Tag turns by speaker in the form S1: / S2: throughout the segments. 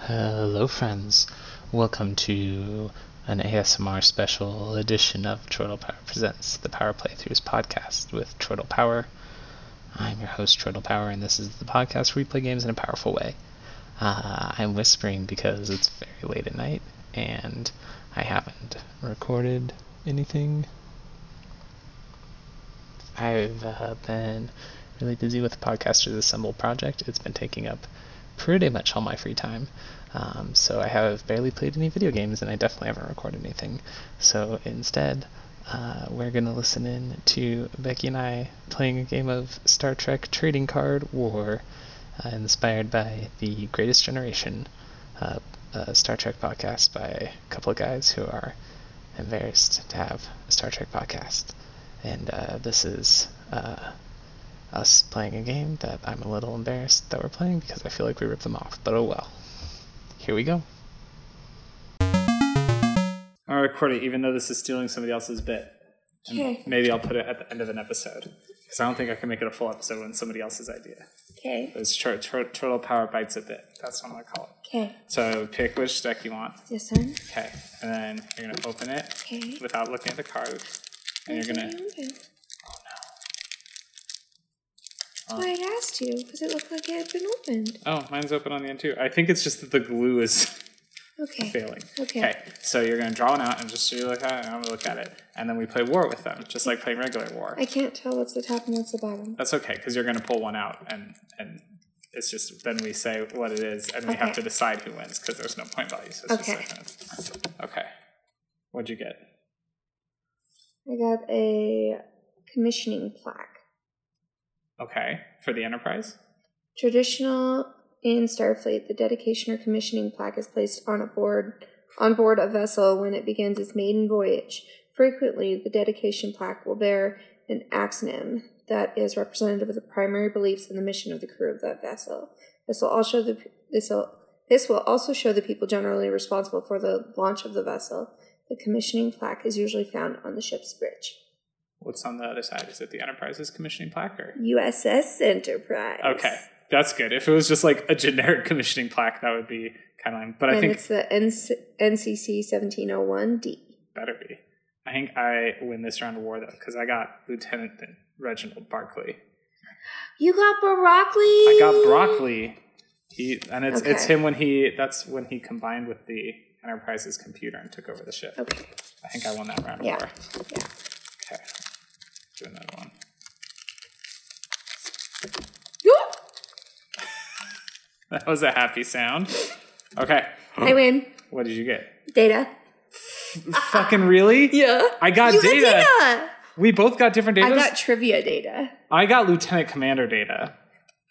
S1: Hello, friends. Welcome to an ASMR special edition of Chortle Power Presents, the Power Playthroughs podcast with Chortle Power. I'm your host, Chortle Power, and this is the podcast where we play games in a powerful way. Uh, I'm whispering because it's very late at night, and I haven't recorded anything. I've uh, been really busy with the Podcasters Assemble project. It's been taking up pretty much all my free time. Um, so I have barely played any video games, and I definitely haven't recorded anything. So instead, uh, we're gonna listen in to Becky and I playing a game of Star Trek Trading Card War, uh, inspired by the Greatest Generation, uh, a Star Trek podcast by a couple of guys who are embarrassed to have a Star Trek podcast. And uh, this is uh, us playing a game that I'm a little embarrassed that we're playing because I feel like we ripped them off, but oh well. Here we go.
S2: I'll record it, even though this is stealing somebody else's bit. And
S3: Okay.
S2: Maybe I'll put it at the end of an episode because I don't think I can make it a full episode when somebody else's idea.
S3: Okay.
S2: It's tur- tur- turtle power bites a bit. That's what I'm gonna call it.
S3: Okay.
S2: So pick which deck you want.
S3: This one.
S2: Okay, and then you're gonna open it
S3: Okay.
S2: without looking at the card, and you're gonna.
S3: That's Oh, why I asked you, because it looked like it had been opened.
S2: Oh, mine's open on the end too. I think it's just that the glue is
S3: Okay.
S2: failing.
S3: Okay.
S2: Okay, so you're gonna draw one out and just you look at it, and I'm gonna look at it, and then we play war with them, just like playing regular war.
S3: I can't tell what's the top and what's the bottom.
S2: That's okay because you're going to pull one out, and and it's just then we say what it is, and we have
S3: Okay.
S2: to decide who wins because there's no point value. So it's
S3: Okay.
S2: just like that. okay. What'd you get?
S3: I got a commissioning plaque.
S2: Okay, for the Enterprise.
S3: Traditional in Starfleet, the dedication or commissioning plaque is placed on a board on board a vessel when it begins its maiden voyage. Frequently, the dedication plaque will bear an axonym that is representative of the primary beliefs and the mission of the crew of that vessel. This will also the this will this will also show the people generally responsible for the launch of the vessel. The commissioning plaque is usually found on the ship's bridge.
S2: What's on the other side? Is it the Enterprise's commissioning plaque? Or?
S3: USS Enterprise.
S2: Okay, that's good. If it was just like a generic commissioning plaque, that would be kind of. But I
S3: and
S2: think
S3: it's the NC- NCC 1701D.
S2: better be. I think I win this round of war though because I got Lieutenant Reginald Barclay.
S3: You got broccoli.
S2: I got broccoli. He and it's it's
S3: Okay.
S2: him when he that's when he combined with the Enterprise's computer and took over the ship.
S3: Okay.
S2: I think I won that round of
S3: Yeah.
S2: war.
S3: Yeah.
S2: Okay. Do another one. That was a happy sound. Okay.
S3: I win.
S2: What did you get?
S3: Data.
S2: Fucking really?
S3: Ah. Yeah.
S2: I got
S3: you
S2: data.
S3: got data.
S2: We both got different
S3: I
S2: data.
S3: got trivia data.
S2: I got Lieutenant Commander data.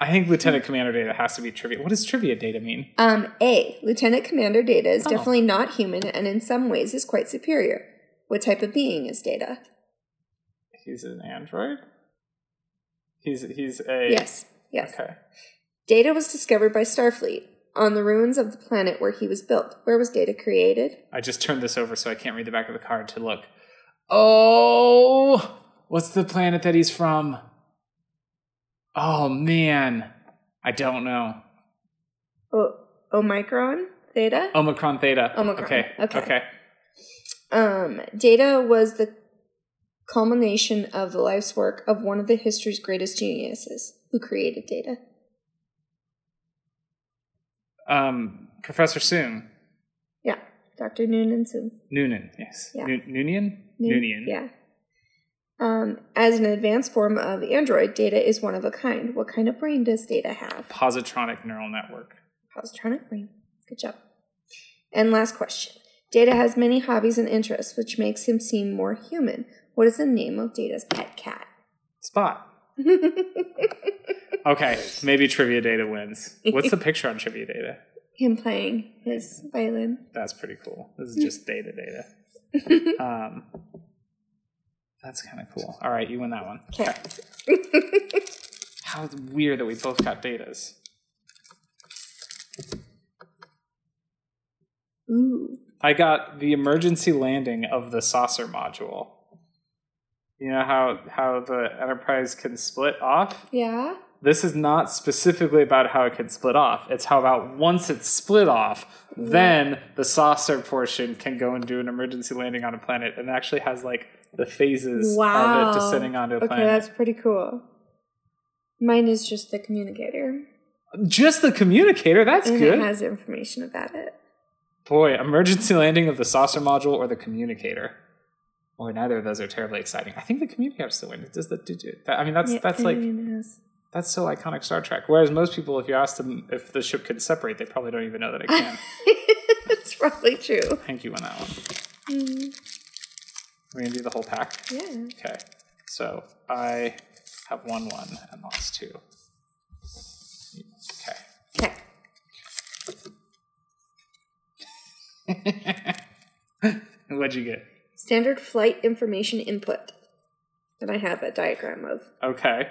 S2: I think Lieutenant Commander data has to be trivia. What does trivia data mean?
S3: Um, A. Lieutenant Commander Data is
S2: Oh.
S3: definitely not human and in some ways is quite superior. What type of being is Data?
S2: He's an android. He's he's a
S3: Yes. Yes.
S2: Okay.
S3: Data was discovered by Starfleet on the ruins of the planet where he was built. Where was Data created?
S2: I just turned this over so I can't read the back of the card to look. Oh, what's the planet that he's from? Oh man, I don't know.
S3: O- Omicron? Theta?
S2: Omicron Theta.
S3: Omicron,
S2: Okay.
S3: okay.
S2: Okay.
S3: Um, Data was the culmination of the life's work of one of the history's greatest geniuses who created Data.
S2: Um, Professor Soon
S3: Yeah, Dr. Noonan soon.
S2: Noonan. Yes.
S3: Yeah.
S2: Nu- Noonian. Noonian.
S3: Yeah. Um, as an advanced form of Android, Data is one of a kind. What kind of brain does Data have?
S2: Positronic neural network.
S3: Positronic brain. Good job. And last question. Data has many hobbies and interests, which makes him seem more human. What is the name of Data's pet cat?
S2: Spot. Okay. Maybe Trivia Data wins. What's the picture on Trivia Data?
S3: him playing his violin.
S2: That's pretty cool. This is
S3: Mm.
S2: just data data. Um, that's kind of cool. All right, you win that one.
S3: Okay.
S2: How weird that we both got datas.
S3: Ooh.
S2: I got the emergency landing of the saucer module. You know how how the Enterprise can split off?
S3: Yeah.
S2: this is not specifically about how it can split off. It's how about once it's split off,
S3: Mm.
S2: then the saucer portion can go and do an emergency landing on a planet and actually has like the phases
S3: Wow.
S2: of it descending onto a
S3: Okay, that's
S2: planet.
S3: pretty cool. Mine is just the communicator.
S2: Just the communicator, that's
S3: and
S2: good.
S3: it has information about it.
S2: Boy, emergency landing of the saucer module or the communicator. Boy, neither of those are terribly exciting. I think the communicator still wins. Does the did you- that, I mean that's
S3: Yeah,
S2: that's
S3: I
S2: like
S3: mean, it has-
S2: that's so iconic Star Trek. Whereas most people, if you ask them if the ship can separate, they probably don't even know that it can.
S3: it's probably true.
S2: Thank you on that one.
S3: Mm,
S2: We're gonna do the whole pack.
S3: yeah.
S2: Okay. So I have won one and lost two. Okay.
S3: Okay.
S2: What'd you get?
S3: Standard flight information input. And I have a diagram of
S2: Okay.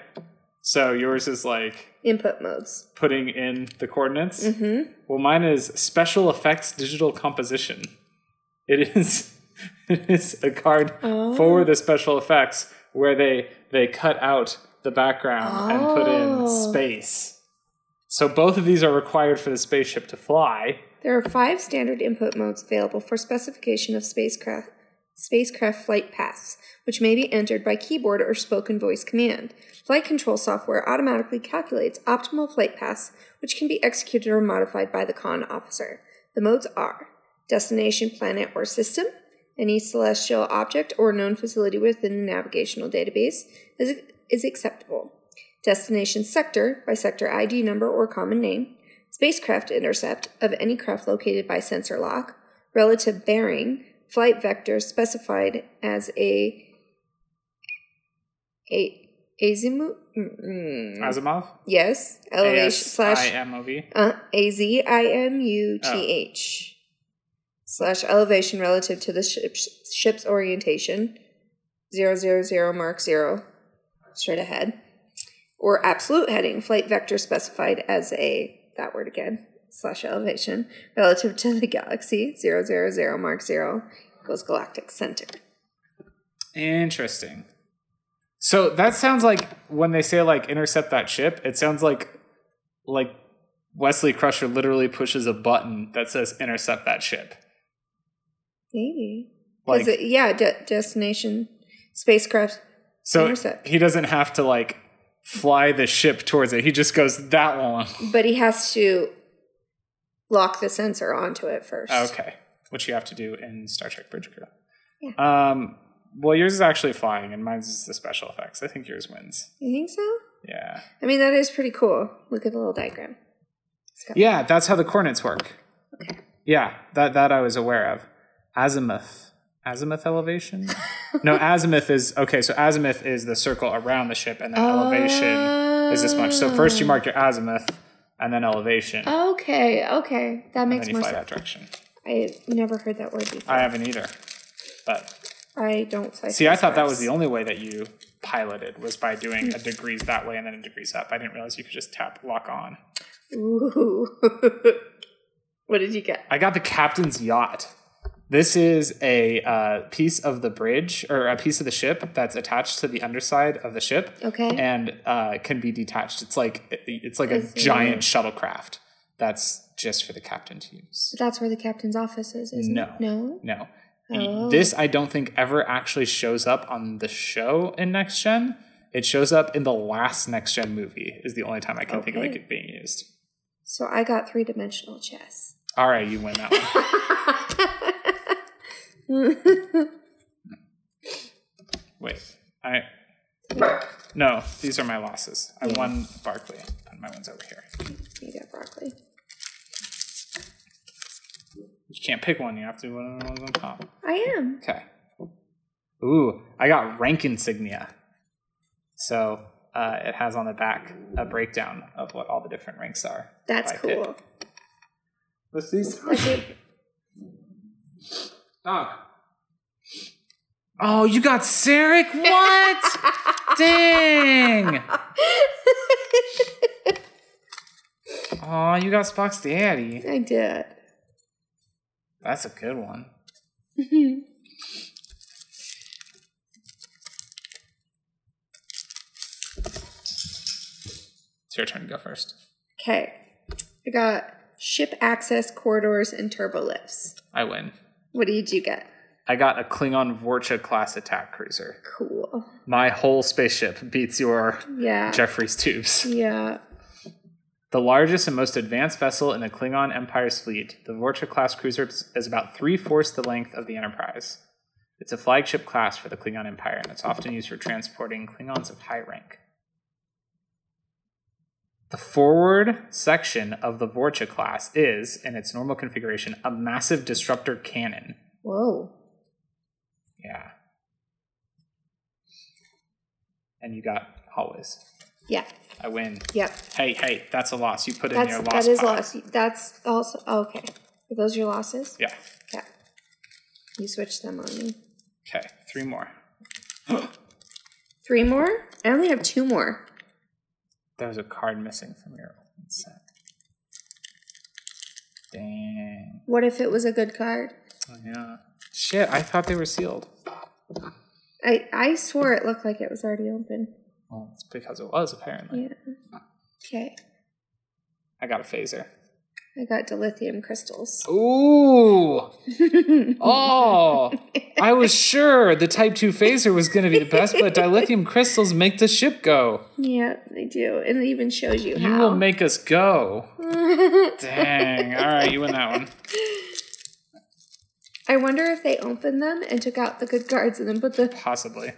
S2: So yours is like
S3: input modes.
S2: putting in the coordinates.
S3: Mm-hmm.
S2: Well, mine is special effects digital composition. It is it is a card
S3: Oh.
S2: for the special effects where they they cut out the background and put in
S3: Oh.
S2: space. So both of these are required for the spaceship to fly.
S3: There are five standard input modes available for specification of spacecraft spacecraft flight paths, which may be entered by keyboard or spoken voice command. Flight control software automatically calculates optimal flight paths, which can be executed or modified by the con officer. The modes are destination, planet, or system, any celestial object or known facility within the navigational database is, is acceptable. Destination sector by sector ID number or common name, spacecraft intercept of any craft located by sensor lock, relative bearing, flight vector specified as a, a azimuth. Mm,
S2: Asimov?
S3: yes, elevation slash
S2: A-S-I-M-O-V.
S3: uh, A Z I M U T H slash elevation relative to the ship's, ship's orientation, zero zero zero mark zero, straight ahead, or absolute heading, flight vector specified as a that word again slash elevation relative to the galaxy, zero zero zero mark zero equals galactic center.
S2: Interesting. So that sounds like when they say like intercept that ship, it sounds like like Wesley Crusher literally pushes a button that says intercept that ship.
S3: Maybe 'Cause
S2: Like
S3: it- yeah, de- destination spacecraft.
S2: so
S3: intercept.
S2: he doesn't have to like fly the ship towards it. He just goes that one.
S3: But he has to lock the sensor onto it first.
S2: Okay. Which you have to do in Star Trek Bridge Crew. Um well yours is actually flying and mine's is the special effects. I think yours wins.
S3: You think so?
S2: Yeah.
S3: I mean, that is pretty cool. Look at the little diagram.
S2: Yeah, that's how the coordinates work. Yeah, that that I was aware of. Azimuth. Azimuth elevation? no, azimuth is okay, so azimuth is the circle around the ship and then elevation is this much. So first you mark your azimuth and then elevation.
S3: Okay, okay. That
S2: and
S3: Oh, makes
S2: then you
S3: more
S2: fly
S3: sense.
S2: that direction.
S3: I never heard that word before.
S2: I haven't either. But
S3: I don't fly
S2: see I thought that was the only way that you piloted was by doing a degrees that way and then a degrees up. I didn't realize you could just tap lock on.
S3: Ooh. what did you get?
S2: I got the captain's yacht. This is a uh, piece of the bridge or a piece of the ship that's attached to the underside of the ship
S3: Okay.
S2: and uh, can be detached. It's like it's like
S3: I
S2: a
S3: see.
S2: giant shuttlecraft that's just for the captain to use.
S3: But that's where the captain's office is, isn't
S2: No.
S3: it? No.
S2: No,
S3: Oh.
S2: this I don't think ever actually shows up on the show in Next Gen. It shows up in the last Next Gen movie. Is the only time I can think of
S3: Okay.
S2: it being used.
S3: So I got three dimensional chess.
S2: All right, you win that one. Wait, I. No, these are my losses. I won Barkley, and my one's over here.
S3: you got broccoli.
S2: You can't pick one. You have to do one of the ones on top.
S3: I am.
S2: Okay. Ooh, I got rank insignia. So uh, it has on the back a breakdown of what all the different ranks are.
S3: That's
S2: by pick.
S3: cool.
S2: Let's see. some-
S3: Okay.
S2: Dog. Oh, you got Sarek? What? Dang. Oh, you got Spock's daddy.
S3: I did.
S2: That's a good one. It's your turn. Go first.
S3: Okay. I got ship access corridors and turbo lifts.
S2: I win.
S3: What did you get?
S2: I got a Klingon Vorcha class attack cruiser.
S3: Cool.
S2: My whole spaceship beats your
S3: Yeah.
S2: Jeffrey's tubes.
S3: Yeah.
S2: The largest and most advanced vessel in the Klingon Empire's fleet, the Vorcha class cruiser is about three fourths the length of the Enterprise. It's a flagship class for the Klingon Empire, and it's often used for transporting Klingons of high rank. The forward section of the Vorcha class is, in its normal configuration, a massive disruptor cannon.
S3: Whoa.
S2: Yeah. And you got hallways.
S3: Yeah.
S2: I win.
S3: Yep.
S2: Hey, hey, that's a loss. You put in
S3: That's
S2: your loss.
S3: that is
S2: pile.
S3: loss. That's also oh, okay. Are those your losses?
S2: Yeah.
S3: Yeah. You switched them on me.
S2: Okay, three more.
S3: Three more? I only have two more.
S2: There was a card missing from your old set. Dang.
S3: What if it was a good card?
S2: Oh, yeah. Shit, I thought they were sealed.
S3: I I swore it looked like it was already open.
S2: Well, it's because it was, apparently.
S3: Yeah. Okay.
S2: I got a phaser.
S3: I got dilithium crystals.
S2: Ooh! Oh! I was sure the Type 2 phaser was going to be the best, but dilithium crystals make the ship go.
S3: Yeah, they do. And it even shows you,
S2: You
S3: how.
S2: will make us go. Dang. All right, you win that one.
S3: I wonder if they opened them and took out the good cards and then put the
S2: Possibly.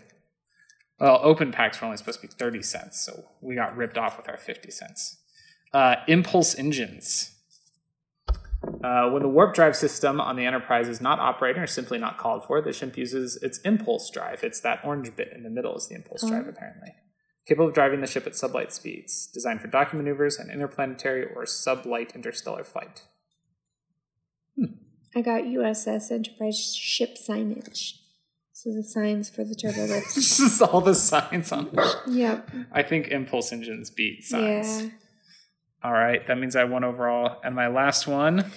S2: Well, open packs were only supposed to be 30 cents, so we got ripped off with our 50 cents. Uh, impulse engines. Uh, when the warp drive system on the Enterprise is not operating or simply not called for, the ship uses its impulse drive. It's that orange bit in the middle is the impulse drive, apparently. Capable of driving the ship at sublight speeds, designed for docking maneuvers and interplanetary or sublight interstellar flight.
S3: I got USS Enterprise ship signage. So the signs for the turbo lifts.
S2: This is all the signs on there.
S3: yep.
S2: I think impulse engines beat signs.
S3: Yeah.
S2: All right, that means I won overall. And my last one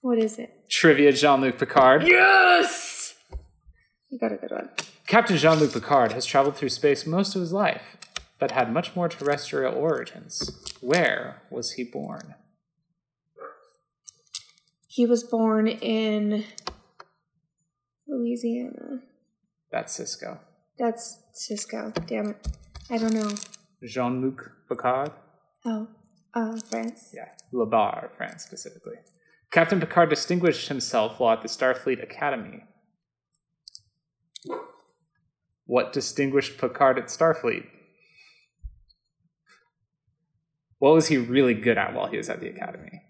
S3: What is it?
S2: trivia Jean Luc Picard.
S4: Yes!
S3: You got a good one.
S2: Captain Jean Luc Picard has traveled through space most of his life, but had much more terrestrial origins. Where was he born?
S3: He was born in Louisiana.
S2: That's Cisco.
S3: That's Cisco. Damn it. I don't know.
S2: Jean Luc Picard?
S3: Oh, uh, France.
S2: Yeah, Le Bar, France specifically. Captain Picard distinguished himself while at the Starfleet Academy. What distinguished Picard at Starfleet? What was he really good at while he was at the Academy?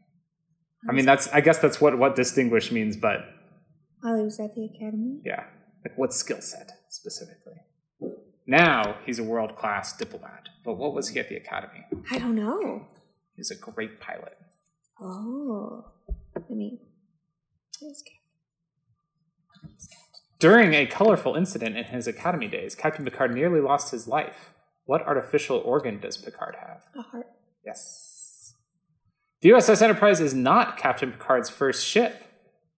S2: I mean, that's I guess that's what what distinguished means, but
S3: While he was at the academy.
S2: yeah, like what skill set specifically? Now he's a world class diplomat, but what was he at the Academy?
S3: I don't know.
S2: He's a great pilot.
S3: Oh. I mean, it's
S2: During a colorful incident in his academy days, Captain Picard nearly lost his life. What artificial organ does Picard have?
S3: a heart.
S2: Yes. The USS Enterprise is not Captain Picard's first ship.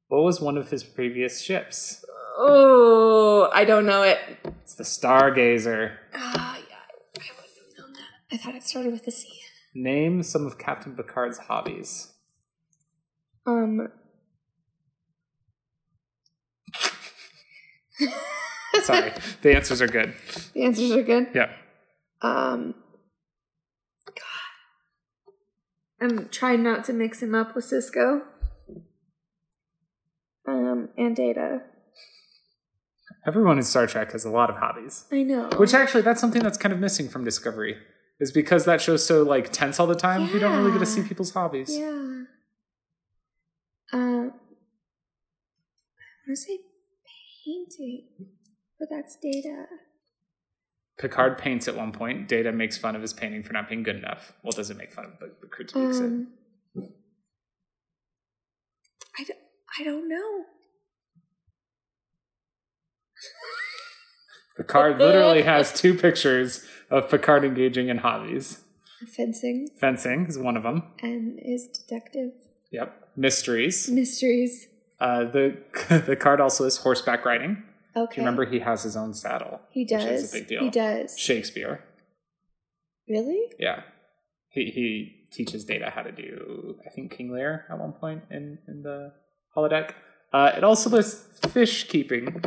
S2: What was one of his previous ships?
S4: Oh, I don't know it.
S2: It's the Stargazer.
S3: Ah, yeah. I wouldn't have known that. I thought it started with a C.
S2: Name some of Captain Picard's hobbies.
S3: Um.
S2: Sorry, the answers are good.
S3: The answers are good.
S2: Yeah.
S3: Um. God. I'm trying not to mix him up with Cisco. Um, and Data.
S2: Everyone in Star Trek has a lot of hobbies.
S3: I know.
S2: Which actually, that's something that's kind of missing from Discovery, is because that show's so like tense all the time. We don't really get to see
S3: Yeah.
S2: people's hobbies.
S3: Yeah. Uh, I want to say painting, but that's data.
S2: Picard paints at one point. Data makes fun of his painting for not being good enough. Well, doesn't make fun of it, but critiques it.
S3: Um, I, d- I don't know.
S2: Picard literally has two pictures of Picard engaging in hobbies.
S3: Fencing
S2: Fencing is one of them.
S3: and is detective
S2: Yep. Mysteries.
S3: mysteries.
S2: Uh, the the card also is horseback riding.
S3: Okay.
S2: Remember, he has his own saddle.
S3: He
S2: which is a
S3: does.
S2: big deal.
S3: He does.
S2: Shakespeare.
S3: Really?
S2: Yeah. He he teaches Data how to do I think King Lear at one point in, in the holodeck. Uh, it also lists fish keeping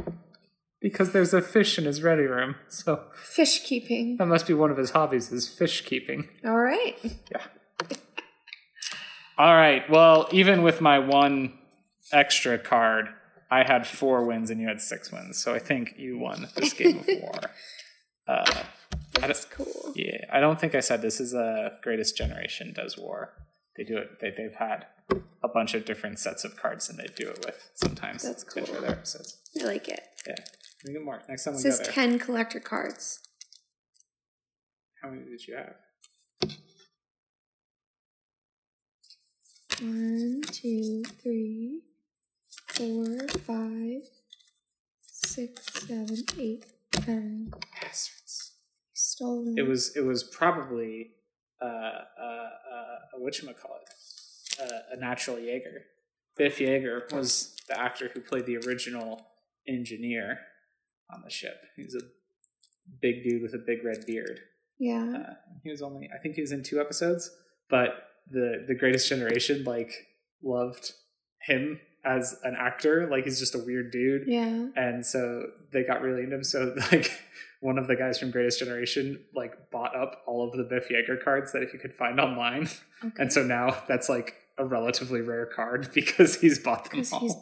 S2: because there's a fish in his ready room. So
S3: Fish keeping.
S2: that must be one of his hobbies is fish keeping.
S3: All right.
S2: All right. Well, even with my one extra card, I had four wins and you had six wins. So I think you won this game of war. Uh, I
S3: That's cool.
S2: Yeah, I don't think I said this is a greatest generation does war. They do it. They, they've had a bunch of different sets of cards, and they do it with sometimes.
S3: That's
S2: to ensure
S3: cool.
S2: their episodes.
S3: I like it.
S2: Yeah, we get more next time
S3: It
S2: we go
S3: says
S2: there.
S3: 10 collector cards.
S2: How many did you have?
S3: One, two, three, four, five, six, seven, eight, ten.
S2: Bastards.
S3: Stolen.
S2: It was. It was probably uh, uh, uh, a whatchamacallit, uh, a natural Jaeger. Biff Jaeger was the actor who played the original engineer on the ship. He's a big dude with a big red beard.
S3: Yeah.
S2: Uh, he was only I think he was in two episodes, but the the Greatest Generation like loved him as an actor. Like he's just a weird dude,
S3: Yeah.
S2: and so they got really into him. So like one of the guys from Greatest Generation like bought up all of the Biff Yeager cards that he could find online,
S3: Okay.
S2: and so now that's like a relatively rare card because he's bought them
S3: 'Cause
S2: all.
S3: he's-